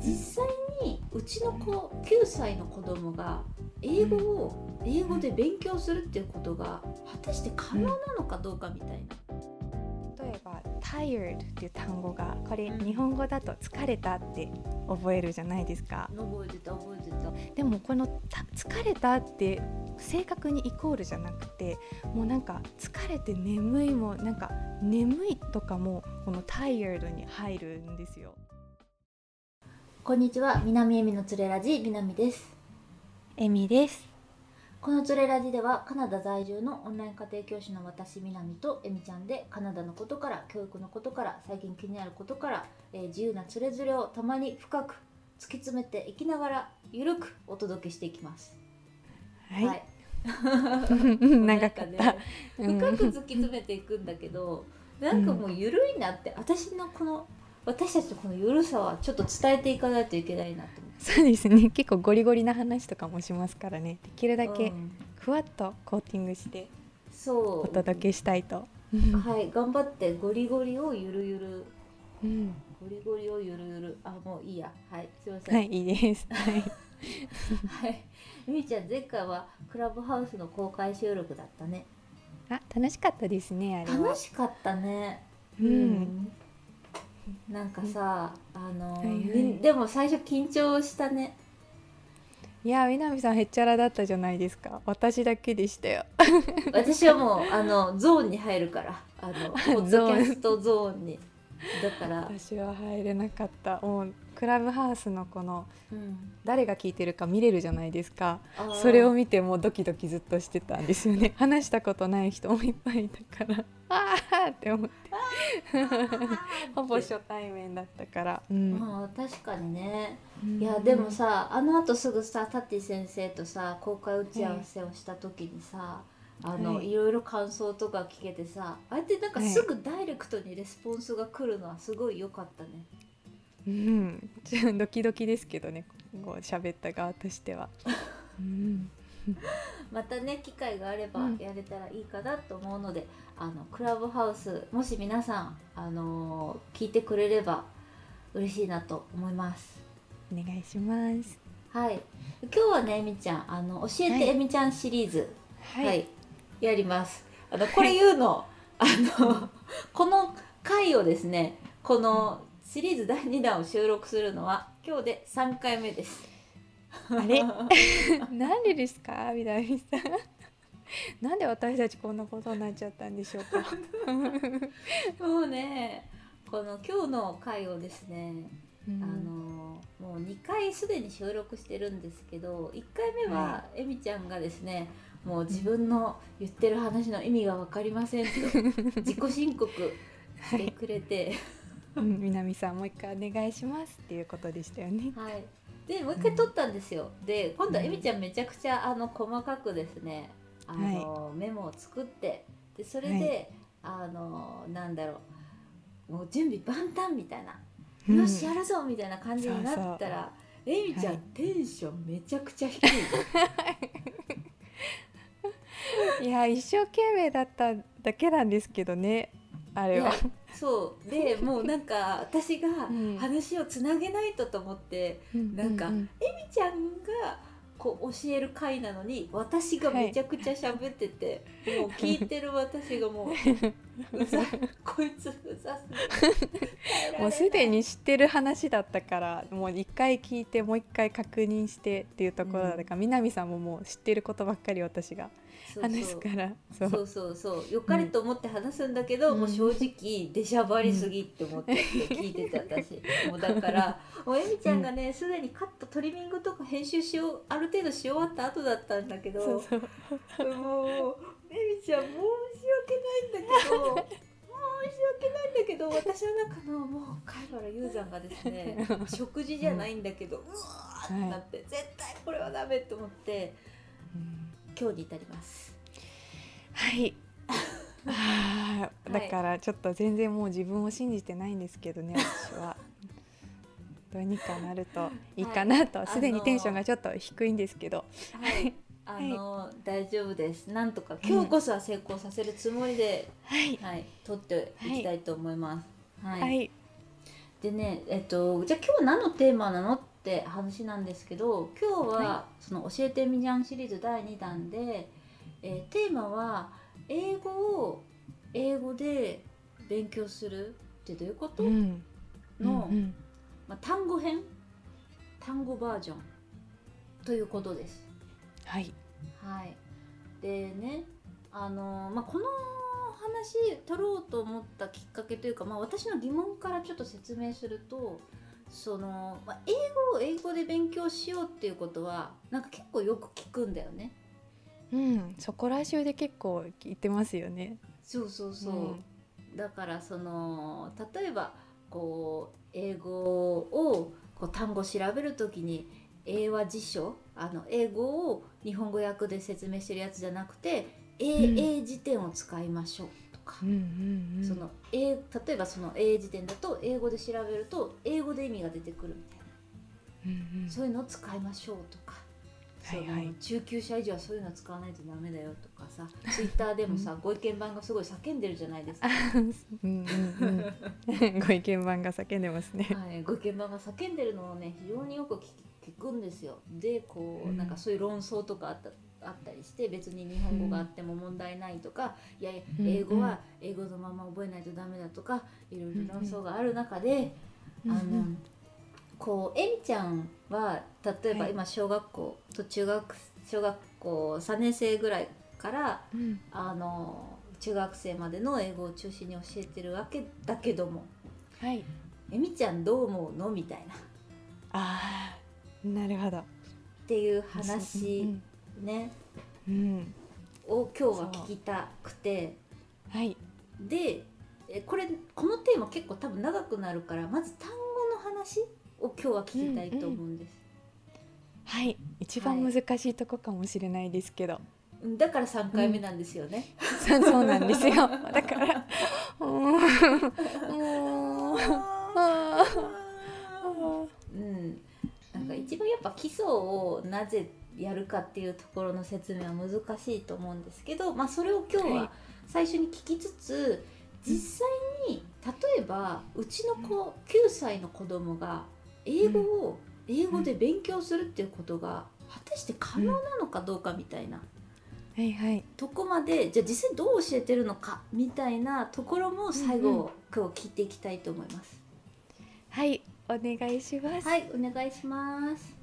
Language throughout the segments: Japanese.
実際にうちの子9歳の子供が英語を英語で勉強するっていうことが果たして可能なのかどうかみたいな。例えば「tired」っていう単語がこれうん日本語だと「疲れた」って覚えるじゃないですか覚えてた覚えてた。でもこのた「疲れた」って正確にイコールじゃなくてもうなんか「疲れて眠い」もなんか「眠い」とかもこの「tired」に入るんですよこんにちは南エミのつれラジ南です。エミですこのつれラジではカナダ在住のオンライン家庭教師の私南とえみちゃんでカナダのことから教育のことから最近気になることから、えー自由なつれづれをたまに深く突き詰めていきながらゆるくお届けしていきます。はい、はい 長かった、ねうん深く突き詰めていくんだけど、なんかもう緩いなって私のこの私たちのこの緩さはちょっと伝えていかないといけないなと思ってそうですね結構ゴリゴリな話とかもしますからねできるだうけんふわっとコーティングしてそうお届けしたいと、はい頑張ってゴリゴリをゆるゆるうんゴリゴリをゆるゆるあもういいやはいすいませんはいいいですはいはいみーちゃん前回はクラブハウスの公開収録だったねあ楽しかったですねあれは楽しかったねうんなんかさあの、はいはいみでも最初緊張したねいや南さんへっちゃらだったじゃないですか私だけでしたよ私はもうあのゾーンに入るからあ のポッドキャストゾーンにだから、私は入れなかったもうクラブハウスのこのうん誰が聞いてるか見れるじゃないですかあー それを見てもうドキドキずっとしてたんですよね話したことない人もいっぱいいたからああって思って ほぼ初対面だったから、うんまあ確かにねいやでもさあのあとすぐさタッティ先生とさ公開打ち合わせをした時にさ、あの、はいい、ろいろ感想とか聞けてさああえてなんかはいすぐダイレクトにレスポンスが来るのはすごい良かったね。うん、 ちょドキドキですけどねこう喋った側とし ては、うん、またね機会があればうんやれたらいいかなと思うので、あのクラブハウスもし皆さん、あのー聞いてくれれば嬉しいなと思います。お願いしますはい、今日はねえみちゃんあの教えはていえみちゃんシリーズ、ははい やります。あのこれ言うの、あの この回をですねこのシリーズ第2弾を収録するのは今日で3回目です。あ れなんでですか南さん なんで私たちこんなことになっちゃったんでしょ うかもうねこの今日の回をですねうんあのもう2回すでに収録してるんですけど1回目ははえみちゃんがですね、もう自分の言ってる話の意味が分かりませんと自己申告してくれて、うん南さんもう一回お願いしますっていうことでしたよねはいでもう1回撮ったんですよで今度はえみちゃんめちゃくちゃあの細かくですねあの、メモを作ってでそれで、あのなんだろうもう準備万端みたいなよしやるぞみたいな感じになったら、えみちゃん、はいテンションめちゃくちゃ低いいや一生懸命だっただけなんですけどねあれいやはそうでもうなんか私がうん話をつなげないとと思って、なんかううえみちゃんがこう教える回なのに私がめちゃくちゃ喋ってて、もう聞いてる私がも ううざこいつうざすぎるもうすでに知ってる話だったからもう一回聞いてもう一回確認してっていうところだったから、南さんももう知ってることばっかり私がそう話そすうからそうそうそうそうよかれと思って話すんだけど、うんもう正直出しゃばりすぎって思って聞いてた 私、もうだからもうえみちゃんがねすでにカットトリミングとか編集しようある程度し終わった後だったんだけどそうそうもうえみちゃん申し訳ないんだけど申し訳ないんだけど私の中のもう貝原雄山がです ね食事じゃないんだけど、うわーってなって、絶対これはダメと思ってうん今日に至ります。はい。あーだからちょっと全然もう自分を信じてないんですけどね私 は。どうにかなるといいかなと、はいすでにテンションがちょっと低いんですけど、はい、あの、大丈夫です。なんとか今日こそは成功させるつもりで、はい、はい、取っていきたいと思います。はい、はい、でね、えっと、じゃあ今日何のテーマなのって話なんですけど今日ははその「教えてみにゃん」シリーズ第2弾で、えーテーマは「英語を英語で勉強するってどういうことうんうんのうんまあ、単語編単語バージョンということです。はいはい、でねあの、まあ、この話取ろうと思ったきっかけというか、まあ、私の疑問からちょっと説明するとその、まあ、英語を英語で勉強しようっていうことはなんか結構よく聞くんだよね。うんそこら中で結構言ってますよねそうそうそう、だからその例えばこう英語をこう単語調べるときに英和辞書あの英語を日本語訳で説明してるやつじゃなくて英うん英辞典を使いましょうとか、うんうんうんその英例えばその英辞典だと英語で調べると英語で意味が出てくるみたいな、うんうんそういうのを使いましょうとか。そのはいはい中級者以上はそういうの使わないとダメだよとかさツイッターでもさ、ご意見番がすごい叫んでるじゃないですかうんうん うんご意見番が叫んでますね。はい、ご現場が叫んでるのをね非常によく聞き聞くんですよでこううんなんかそういう論争とかあったあったりして別に日本語があっても問題ないとか、いやいやうん英語は英語のまま覚えないとダメだとかいろいろ論争がある中で、あうんうのんこうえみちゃんは例えばはい今小学校、と中学小学校3年生ぐらいからうんあの中学生までの英語を中心に教えてるわけだけどもはい。えみちゃんどう思うのみたいな。ああ、なるほど。っていう話ね、うん。うんを今日は聞きたくてはい。でえこれこのテーマ結構多分長くなるからまず単語の話を今日は聞きたいと思うんです、はい。一番は難いしいとこかもしれないですけど。うんだから3回目なんですよ ね、そうそうなんで すよ。だから。うーんもう。あうーんなんか一番やっぱ基礎をなぜやるかっていうところの説明は難しいと思うんですけど、まあ、それを今日はいは最初に聞きつつ実際に例えばうちの子9歳の子供が英語を英語で勉強するっていうことが果たして可能なのかどうかみたいなはいはい。とこまでじゃあ実際どう教えてるのかみたいなところも最うんう後今日聞いていきたいと思います。はい。お願いします。はいお願いします。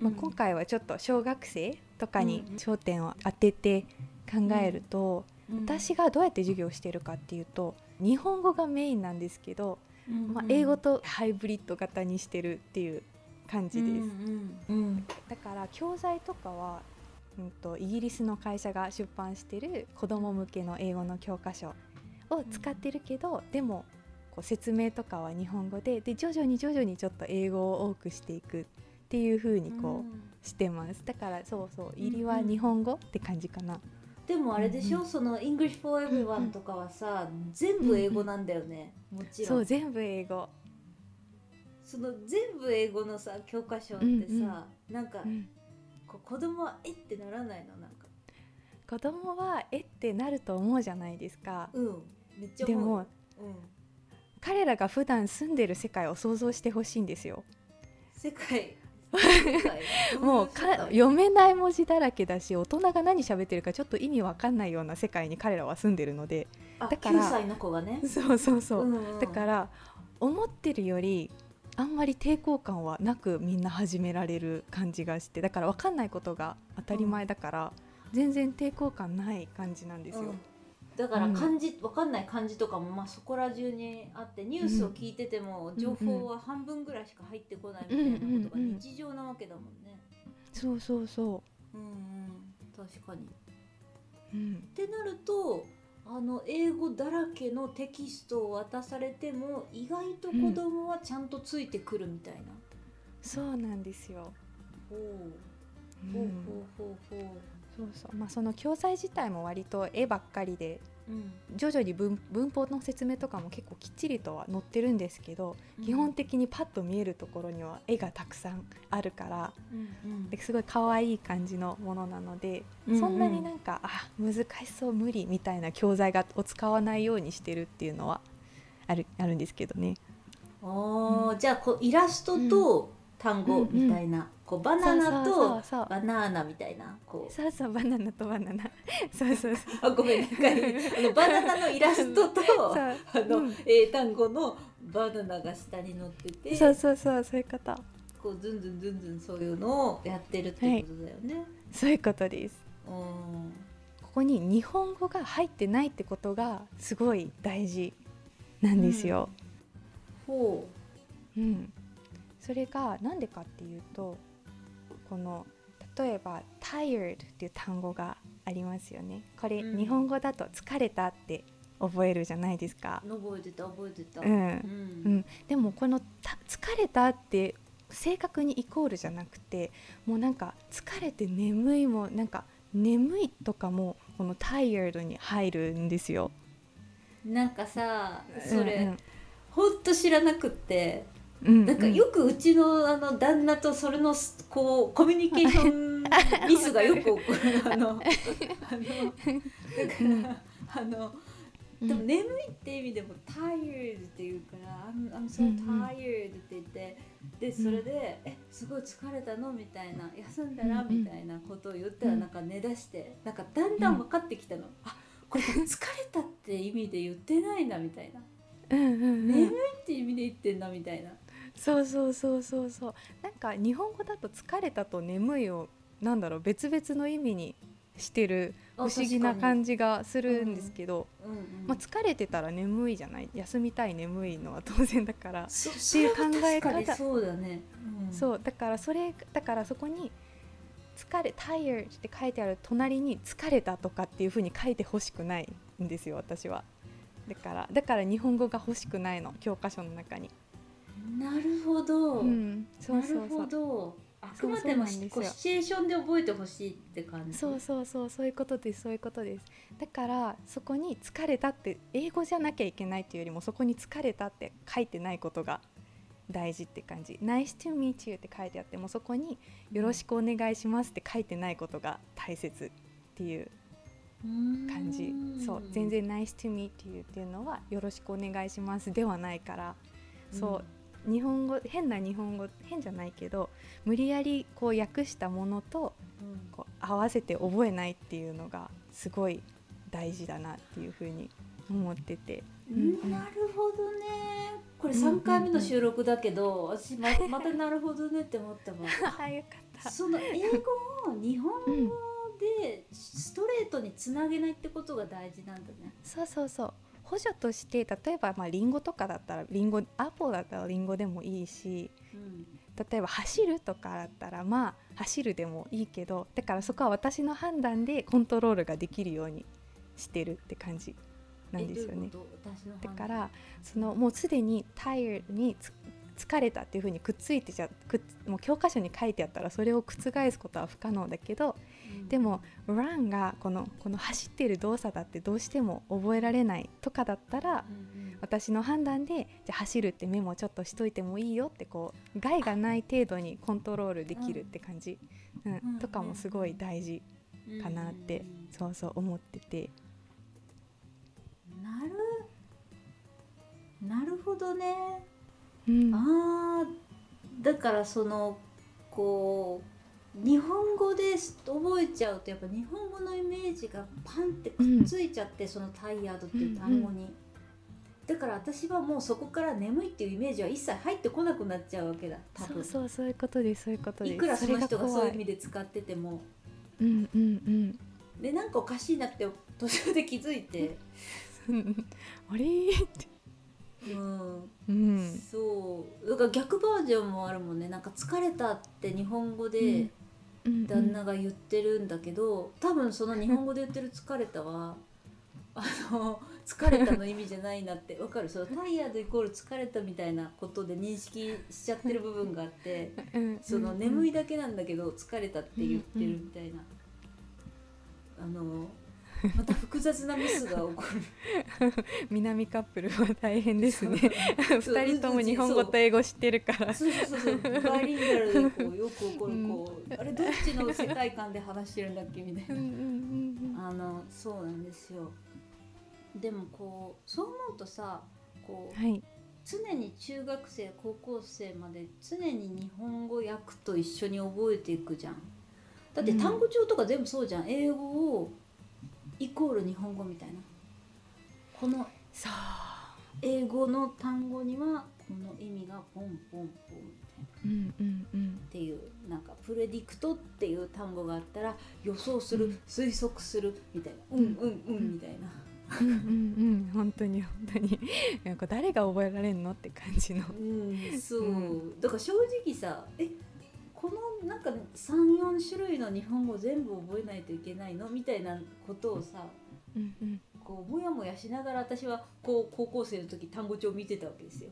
まあ、今回はちょっと小学生とかにうん焦点を当てて考えると。うん、私がどうやって授業をしてるかっていうと日本語がメインなんですけど、うんまあ、英語とハイブリッド型にしてるっていう感じでうす、んうんだから教材とかは、うん、とイギリスの会社が出版してる子ども向けの英語の教科書を使ってるけど、でもこう説明とかは日本語でで徐々に徐々にちょっと英語を多くしていくっていう風にこう、してますだからそうそう入りは日本語って感じかな、でもあれでしょ、うその「English for うんう Everyone」んとかはさ、全部英語なんだよね、もちろそうん全部英語、その全部英語のさ教科書ってさ、うんうんなんか、うんこう子供は「えっ?」てならないのなんか子供はえってなると思うじゃないですかうんめっちゃで思うもよ、うん、彼らが普段住んでる世界を想像してほしいんですよ世 界世界どもうい世か界読めない文字だらけだし大人が何喋ってるかちょっと意味わかんないような世界に彼らは住んでるのであだから9歳の子がねそうそうそう、うんうんだから思ってるよりあんまり抵抗感はなくみんな始められる感じがしてだからわかんないことが当たり前だから、全然抵抗感ない感じなんですよ、うんだからうん漢字、わかんない漢字とかもまあそこら中にあってニュースを聞いててもん情報は半分ぐらいしか入ってこないみたいなことが日常なわけだもんね。そうそうそうんうん、確かに。っう、うん、てなるとあの英語だらけのテキストを渡されても意外と子供はちゃんとついてくるみたいな。そうなんですよ、ほうほうんほうほううほそうそうまあ、その教材自体も割と絵ばっかりでう。うん徐々に文文法の説明とかも結構きっちりとは載ってるんですけど、基本的にパッと見えるところには絵がたくさんあるからうんうんですごい可愛い感じのものなので、うんうんそんなになんかあ難しそう無理みたいな教材がを使わないようにしてるっていうのはあるあるんですけどね。おーじゃあこうイラストと単語みたいな、こうバナナそとうそうバナーナみたいなこうそうそうそうそうバナナとバナナそうそうそうあごめんなんか あのバナナのイラストとそう あの、うん英単語のバナナが下に乗っててそうそうそうそういうことこうズンズンズンズンそういうのをやってるってことだよね。そういうことですうんここに日本語が入ってないってことがすごい大事なんですよ、ほうん、それがなんでかっていうとこの例えば「tired」っていう単語がありますよねこれ、うん日本語だと「疲れた」って覚えるじゃないですかう、覚えてた覚えてた。う、うんんでもこのた「疲れた」って正確にイコールじゃなくてもうなんか「疲れて眠い」もなんか「眠い」とかもこの「tired」に入るんですよ。なんかさそれ、うんほんと知らなくってうんうん、なんかよくうちのあの旦那とそれのすこうコミュニケーションミスがよ く起こるあのあのだからあのうんでも眠いって意味でも「tired」って言うから「I'm, I'm so うんうん tired」って言ってでそれで「えすごい疲れたの?」みたいな「休んだら?」うんうんみたいなことを言ったらうんなんか寝だしてなんかだんだん分かってきたの。あこれ疲れたって意味で言ってないなみたいなうんうんうん眠いって意味で言ってんなみたいなそうそうそうそうそうなんか日本語だと疲れたと眠いをなんだろう別々の意味にしてる不思議な感じ、じがするんですけど、うんうんまあ、疲れてたら眠いじゃない休みたい眠いのは当然だから、そていう考それは確え方かにそうだね、うんそうだからそれだからそこに「疲れ tired」って書いてある隣に「疲れた」とかっていうふうに書いてほしくないんですよ私は。だからだから日本語が欲しくないの教科書の中に。なるほど、うん、そうなそるうそほうどあくまそうでそうなもんですよこうシチュエーションで覚えてほしいって感じそうそうそうそういうことですそういうことですだからそこに疲れたって英語じゃなきゃいけないっていうよりもそこに疲れたって書いてないことが大事って感じ Nice to meet you って書いてあってもそこによろしくお願いしますって書いてないことが大切っていう感うじーんそう全然 Nice to meet you っていうのはよろしくお願いしますではないからそう日本語変な日本語変じゃないけど無理やりこう訳したものとうん、うんこう合わせて覚えないっていうのがすごい大事だなっていうふうに思ってて、うんなるほどねこれ3回目の収録だけど、私 ままたなるほどねって思ったわあよかったその英語を日本語でストレートにつなげないってことが大事なんだねそうそうそう補助として例えばまあリンゴとかだったらリンゴアポだったらリンゴでもいいしうん例えば走るとかだったらまあ走るでもいいけどだからそこは私の判断でコントロールができるようにしてるって感じなんですよねえ。どういうこと私の話だからそのもうすでに「tired」につ疲れたっていうふうにくっついてちゃくっもう教科書に書いてあったらそれを覆すことは不可能だけどうんでも「run」がこのこの走ってる動作だってどうしても覚えられないとかだったらうんうん私の判断でじゃあ走るってメモちょっとしといてもいいよってこう害がない程度にコントロールできるって感じ、うんうんとかもすごい大事かなって、そうそう思ってて。なるなるほどねうんあーだからそのこう日本語で覚えちゃうとやっぱ日本語のイメージがパンってくっついちゃって、その「タイヤード」っていう単語に、だから私はもうそこから眠いっていうイメージは一切入ってこなくなっちゃうわけだ多そ分うそうそういうことですそういうことですいくらその人がそういう意れ味で使ってても怖いうんうんでなんかおかしいなって途中で気づいて、うんあれーってうん、うんそうだから逆バージョンもあるもんねなんか「疲れた」って日本語うでんうん旦那が言ってるんだけど、多分その日本語で言ってる「疲れたは」あの「疲れた」の意味じゃないなってわかるそのタイヤードイコール疲れたみたいなことで認識しちゃってる部分があってうんその眠いいだけなんだけど疲れたって言ってるみたいな、あのまた複雑なミスが起こる。南カップルは大変 ですね二そう人とも日本語と英語知ってるからそうそうそうそうバイリンガルでこうよく起こるこう、あれどっちの世界観で話してるんだっけみたういんうなんうんうんあのそうなんですよでもこうそう思うとさこうはい常に中学生高校生まで常に日本語訳と一緒に覚えていくじゃんだって単語帳とか全部そうじゃん、英語をイコール日本語みたいなこのそう英語の単語にはこの意味がポンポンポンみたいなうんうんうんっていうなんかプレディクトっていう単語があったら予想する、うん推測するみたいなうんうんうんみたいなうんうんうん本当に本当になんか誰が覚えられんのって感じのうんそう、うだから正直さえこのなんか34種類の日本語全部覚えないといけないのみたいなことをさうんうんこうもやもやしながら私はこう高校生の時単語帳を見てたわけですよ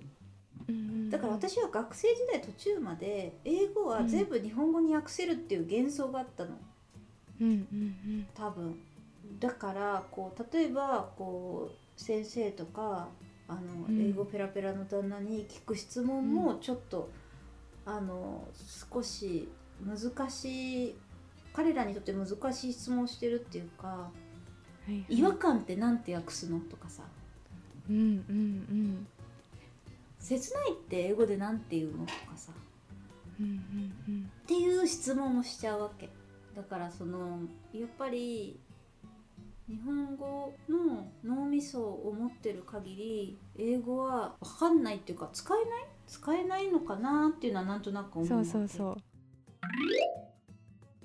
うんうんだから私は学生時代途中まで英語は全部日本語に訳せるっていう幻想があったのうんうん多分だからこう例えばこう先生とかあの、うん英語ペラペラの旦那に聞く質問もちょっと、あの少し難しい彼らにとって難しい質問をしてるっていうかうんはい「はい違和感ってなんて訳すの?」とかさうんうん「切ないって英語でなんて言うの?」とかさうんうんうんっていう質問もしちゃうわけだからそのやっぱり日本語の脳みそを持ってる限り英語は分かんないっていうか使えない使えないのかなっていうのはなんとなくう思んうそうそううそう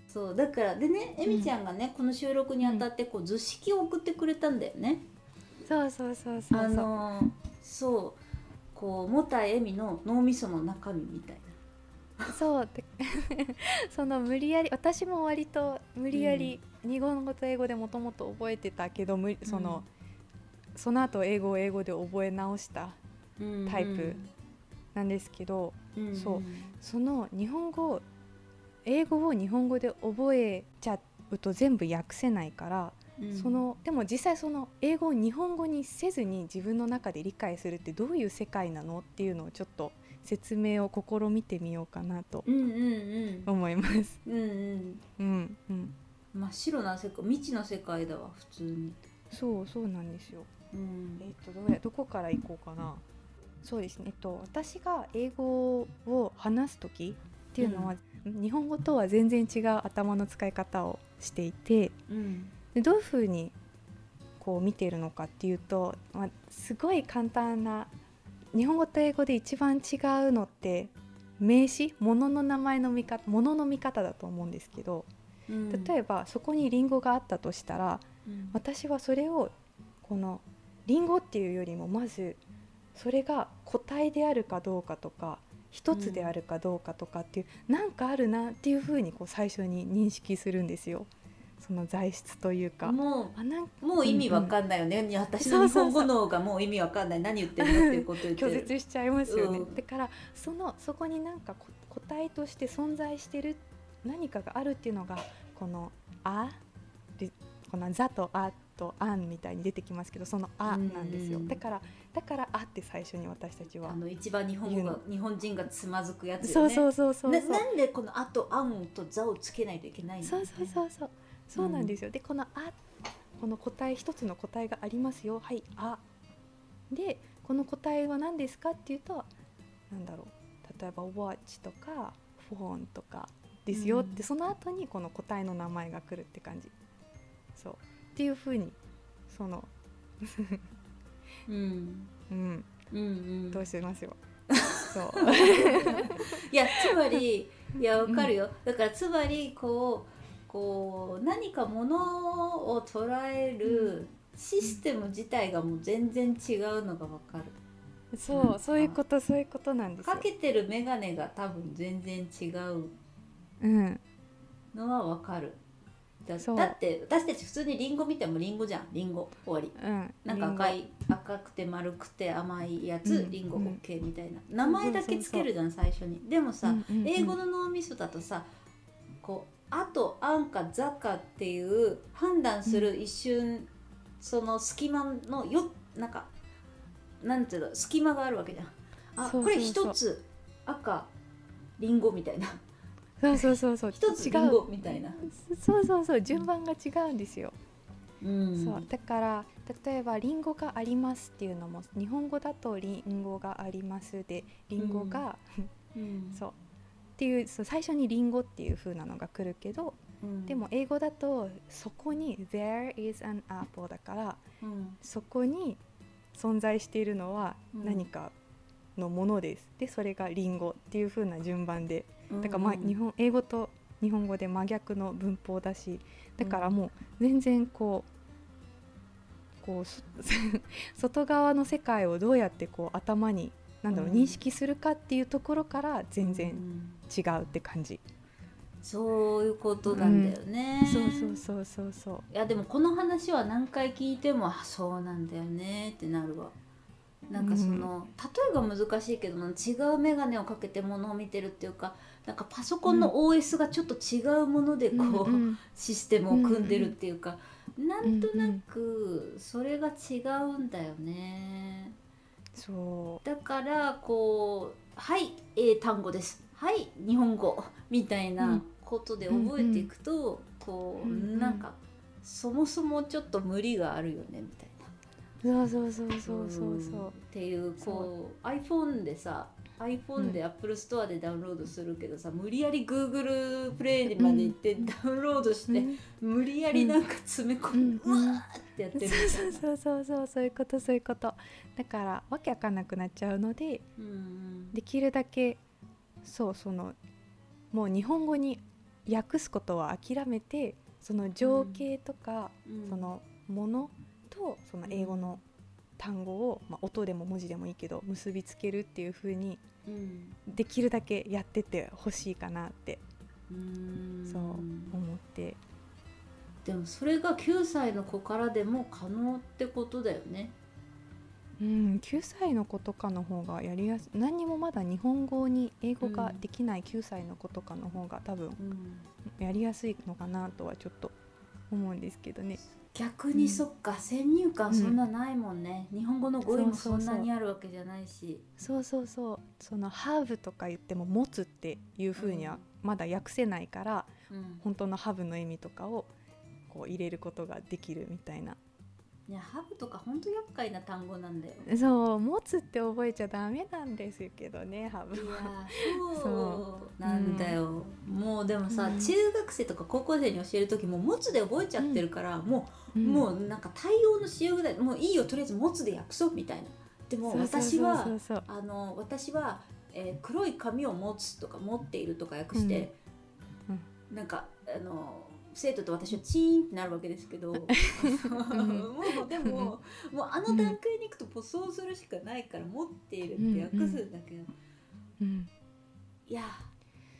そうだからでねえみちゃんがね、この収録にあたってこう図式を送ってくれたんだよね、そうそうそうそうあのーそうこうもたえみの脳みその中身みたいなそうで その無理やり私も割と無理やり日本語と英語でもともと覚えてたけど無理その、その後英語を英語で覚え直したタイプ、なんですけどうんうん、そうその日本語を英語を日本語で覚えちゃうと全部訳せないから、うん、そのでも実際その英語を日本語にせずに自分の中で理解するってどういう世界なのっていうのをちょっと説明を試みてみようかなとうんうんうん思います。うんうんうんうん真っ白な世界未知の世界だわ普通に、そうそうなんですよ。うんえっ、とどうやどこから行こうかな。そうですね。えっと私が英語を話す時っていうのは、日本語とは全然違う頭の使い方をしていて、うんでどういうふうにこう見ているのかっていうと、まあ、すごい簡単な日本語と英語で一番違うのって名詞物の名前の見方物の見方だと思うんですけどうん、例えばそこにリンゴがあったとしたらうん私はそれをこのリンゴっていうよりもまずそれが個体であるかどうかとか一つであるかどうかとかっていう、なんかあるなっていうふうにこう最初に認識するんですよその材質というか。もあなんかうもう意味わかんないよね、私の日本語そうそうそうの方がもう意味わかんない何言ってるのっていうこと言って拒る絶しちゃいますよね、うんだからそのそこになんかこ個体として存在してる何かがあるっていうのがこの「あ」でこの「ざ」と「あ」と「あん」みたいに出てきますけどその「あ」なんですよ、うんだからだから「あ」って最初に私たちはあ。の一番日本語言が日本人がつまずくやつそようねそうそうそうそうななんでこの「あ」と「あん」と「ざ」をつけないといけないのそうそうそうそうそうなんですよ、でこの「あ」この個体一つの個体がありますよはい「あ」でこの個体は何ですかっていうとなんだろう例えば「おばあち」とか「フォーン」とかですよって、うんその後にこの個体の名前が来るって感じそうっていうふうにそのうんうんうんうんどうしますよそういやつまりいやわかるよ、だからつまりこうこう何かものを捉えるシステム自体がもう全然違うのがわかる そうそういうことそういうことなんですよかけてる眼鏡が多分全然違ううんのはわかるだそうだって私たち普通にリンゴ見てもリンゴじゃんリンゴ終わりうんなんか赤い赤くて丸くて甘いやつ、うんリンゴうん OK みたいな名前だけつけるじゃん最初にでもさ、うんうんうん英語の脳みそだとさこう「あ」と「あん」か「ざ」かっていう判断する一瞬、その隙間のよなんかなんていうの隙間があるわけじゃん。あそうそうそうこれ一つ赤りんごみた いなそうそうそうそう一つ違りんうごみたいな。そうそうそう順番が違うんですよ。ううんそうだから例えば「りんごがあります」っていうのも日本語だと「りんごがあります」で「りんごが」うんそうっていうそう最初に「りんご」っていう風なのが来るけどうんでも英語だとそこに「there is an apple」だからうんそこに存在しているのはうん何かのものです、でそれがりんごっていう風な順番でだからまあうん日本英語と日本語で真逆の文法だしだからもう全然こうこうそ 外側の世界をどうやってこう頭になんだろううん認識するかっていうところから全う然ん違うって感じ、そういうことなんだよね、そうそうそうそうそういやでもこの話は何回聞いてもあそうなんだよねってなるわなんかその、例えが難しいけども違う眼鏡をかけてものを見てるっていうかなんかパソコンの OS がちょっと違うものでこう、うんうんシステムを組んでるっていうか、なんとなくそれが違うんだよねそだからこう「はい英単語です」「はい日本語」みたいなことで覚えていくと、こう、うんうんなんかそもそもちょっと無理があるよねみたいな。うそうそうそうそうそうそんっうていうこう iPhone でさ iPhone で Apple Store でダウンロードするけどさ、無理やり Google プレイまで行ってうんダウンロードして、うん無理やりなんか詰め込んで、ううんうんわーってやってるみたいな。そう そうそうそうそういうことそういうことだからわけわかんなくなっちゃうのでうんできるだけそうそのもう日本語に訳すことは諦めてその情景とか、うんそのものとその英語の単語を、まあ、音でも文字でもいいけど結びつけるっていう風にうんできるだけやってってほしいかなってうんそう思ってでもそれが9歳の子からでも可能ってことだよね。うん、9歳の子とかの方がやりやすい何にもまだ日本語に英語うがんできない9歳の子とかの方が多分うんやりやすいのかなとはちょっと思うんですけどね。逆にそっか、先入観そんなないもんね、日本語の語彙もそそうそうんそうなにあるわけじゃないしそうそうそうその「ハーブ」とか言っても「持つ」っていうふうにはまだ訳せないから、うん本当の「ハーブ」の意味とかをこう入れることができるみたいな。いやハブとか本当厄介な単語なんだよ。そう「持つ」って覚えちゃダメなんですけどね「ハーいブ」やは。ーそそうなんだよ、もうでもさ、うん中学生とか高校生に教える時も「持つ」で覚えちゃってるから、もうもうんうなんか対応のしようぐらいもういいよとりあえず持つで訳そうみたいなでもそうそう私そうはそうそうあの私は、えー黒い紙を持つとか持っているとか訳して、うんなんかあの生徒と私はチーンってなるわけですけど、もうでももうあの段階に行くともうそうするしかないから持っているって訳すんだけど、うんいや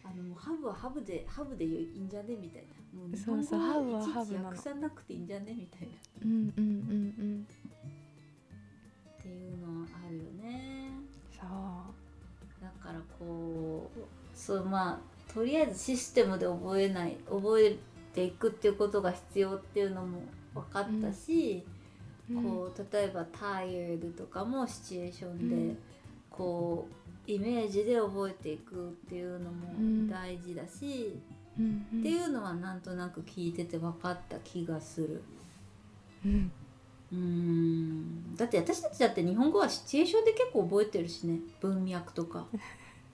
あのもうハブはハブでハブでいいんじゃねみたいなもう日そうそう本ハブ語はハいちブいなちの訳さなくていいんじゃねみたいな。うんうんうんうんっていうのはあるよねそうだからこうそうまあとりあえずシステムで覚えない覚えていくっていうことが必要っていうのも分かったし、こう例えば「tired」とかもシチュエーションで、うんこうイメージで覚えていくっていうのもうん大事だし、うん、うんうんっていうのはなんとなく聞いてて分かった気がする。うんうーんだって私たちだって日本語はシチュエーションで結構覚えてるしね文脈とか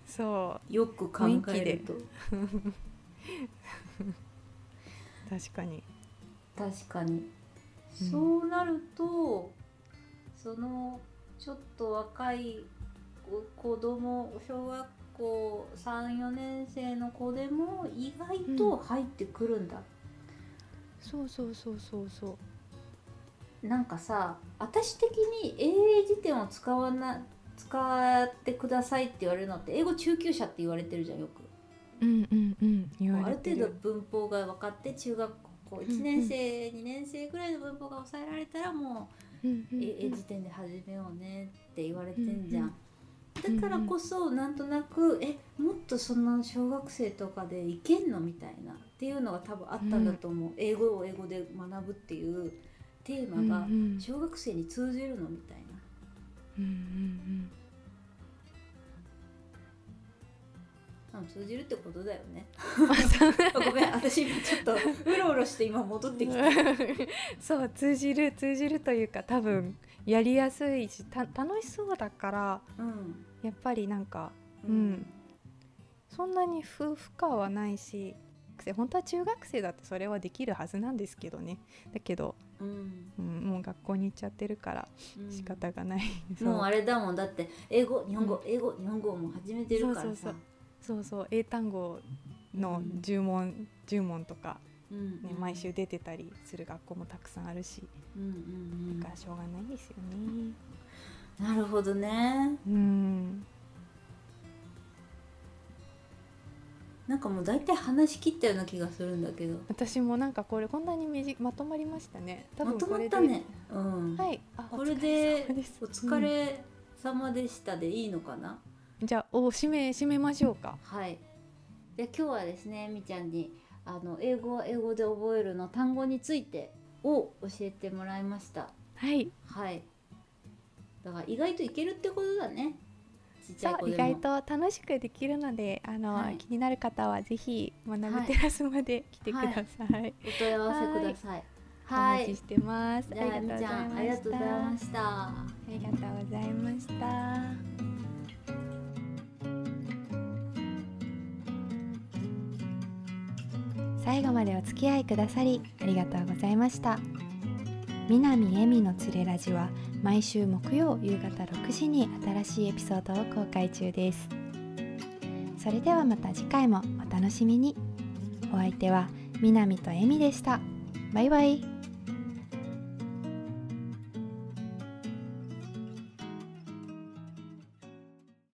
そよく考えるとう確かに確かに、うんそうなるとそのちょっと若い子供小学校34年生の子でも意外と入ってくるんだ、そうそうそうそうそうなんかさ私的に英英辞典を使わな使ってくださいって言われるのって英語中級者って言われてるじゃんよく。うんうんうん言もうわあれるて程度る文法が分かって中学校うん1年生、2年生ぐらいの文法が抑えられたらもうんうう、んうんええ時点で始めようねって言われてんじゃん。うんだからこそなんとなくえもっとその小学生とかでいけんのみたいなっていうのが多分あったんだと思う、英語を英語で学ぶっていうテーマがうんうん小学生に通じるのみたいなうんうんうんうん通じるってことだよねごめん私今ちょっとうろうろして今戻ってきた そう通じる通じるというか多分やりやすいした楽しそうだからうんやっぱりなんかううんんそんなに夫婦間はないし本当は中学生だってそれはできるはずなんですけどねだけど、うんうん、もう学校に行っちゃってるからうん仕方がない、そうもうあれだもんだって英語日本語、う英語日本語もう始めてるからさそうそうそうそう英単語の10問、10問とか、うんね、毎週出てたりする学校もたくさんあるし、うんうんだからしょうがないですよね。うん、なるほどねうん、なんかもう大体話し切ったような気がするんだけど私もなんかこれこんなにみじまとまりましたね。多ま分とこまっれでたねうん、はい、あこれでおお疲疲れ様すれ様でしたでいいのかな、うんじゃあお締め締めましょうか。はいで今日はですねみちゃんにあの英語は英語で覚えるの単語についてを教えてもらいましたはい。はいだから意外といけるってことだねちっちそゃいう子で意も外と楽しくできるのであの、はい気になる方はぜひ学はいびテラスまで来てください。お問い合わせくださいは、はいおい待ちしてます。じゃあみちゃんありがとうございましたありがとうございました。最後までお付き合いくださりありがとうございました。南恵美のつれラジは毎週木曜夕方6時に新しいエピソードを公開中です。それではまた次回もお楽しみに。お相手は南と恵美でした。バイバイ。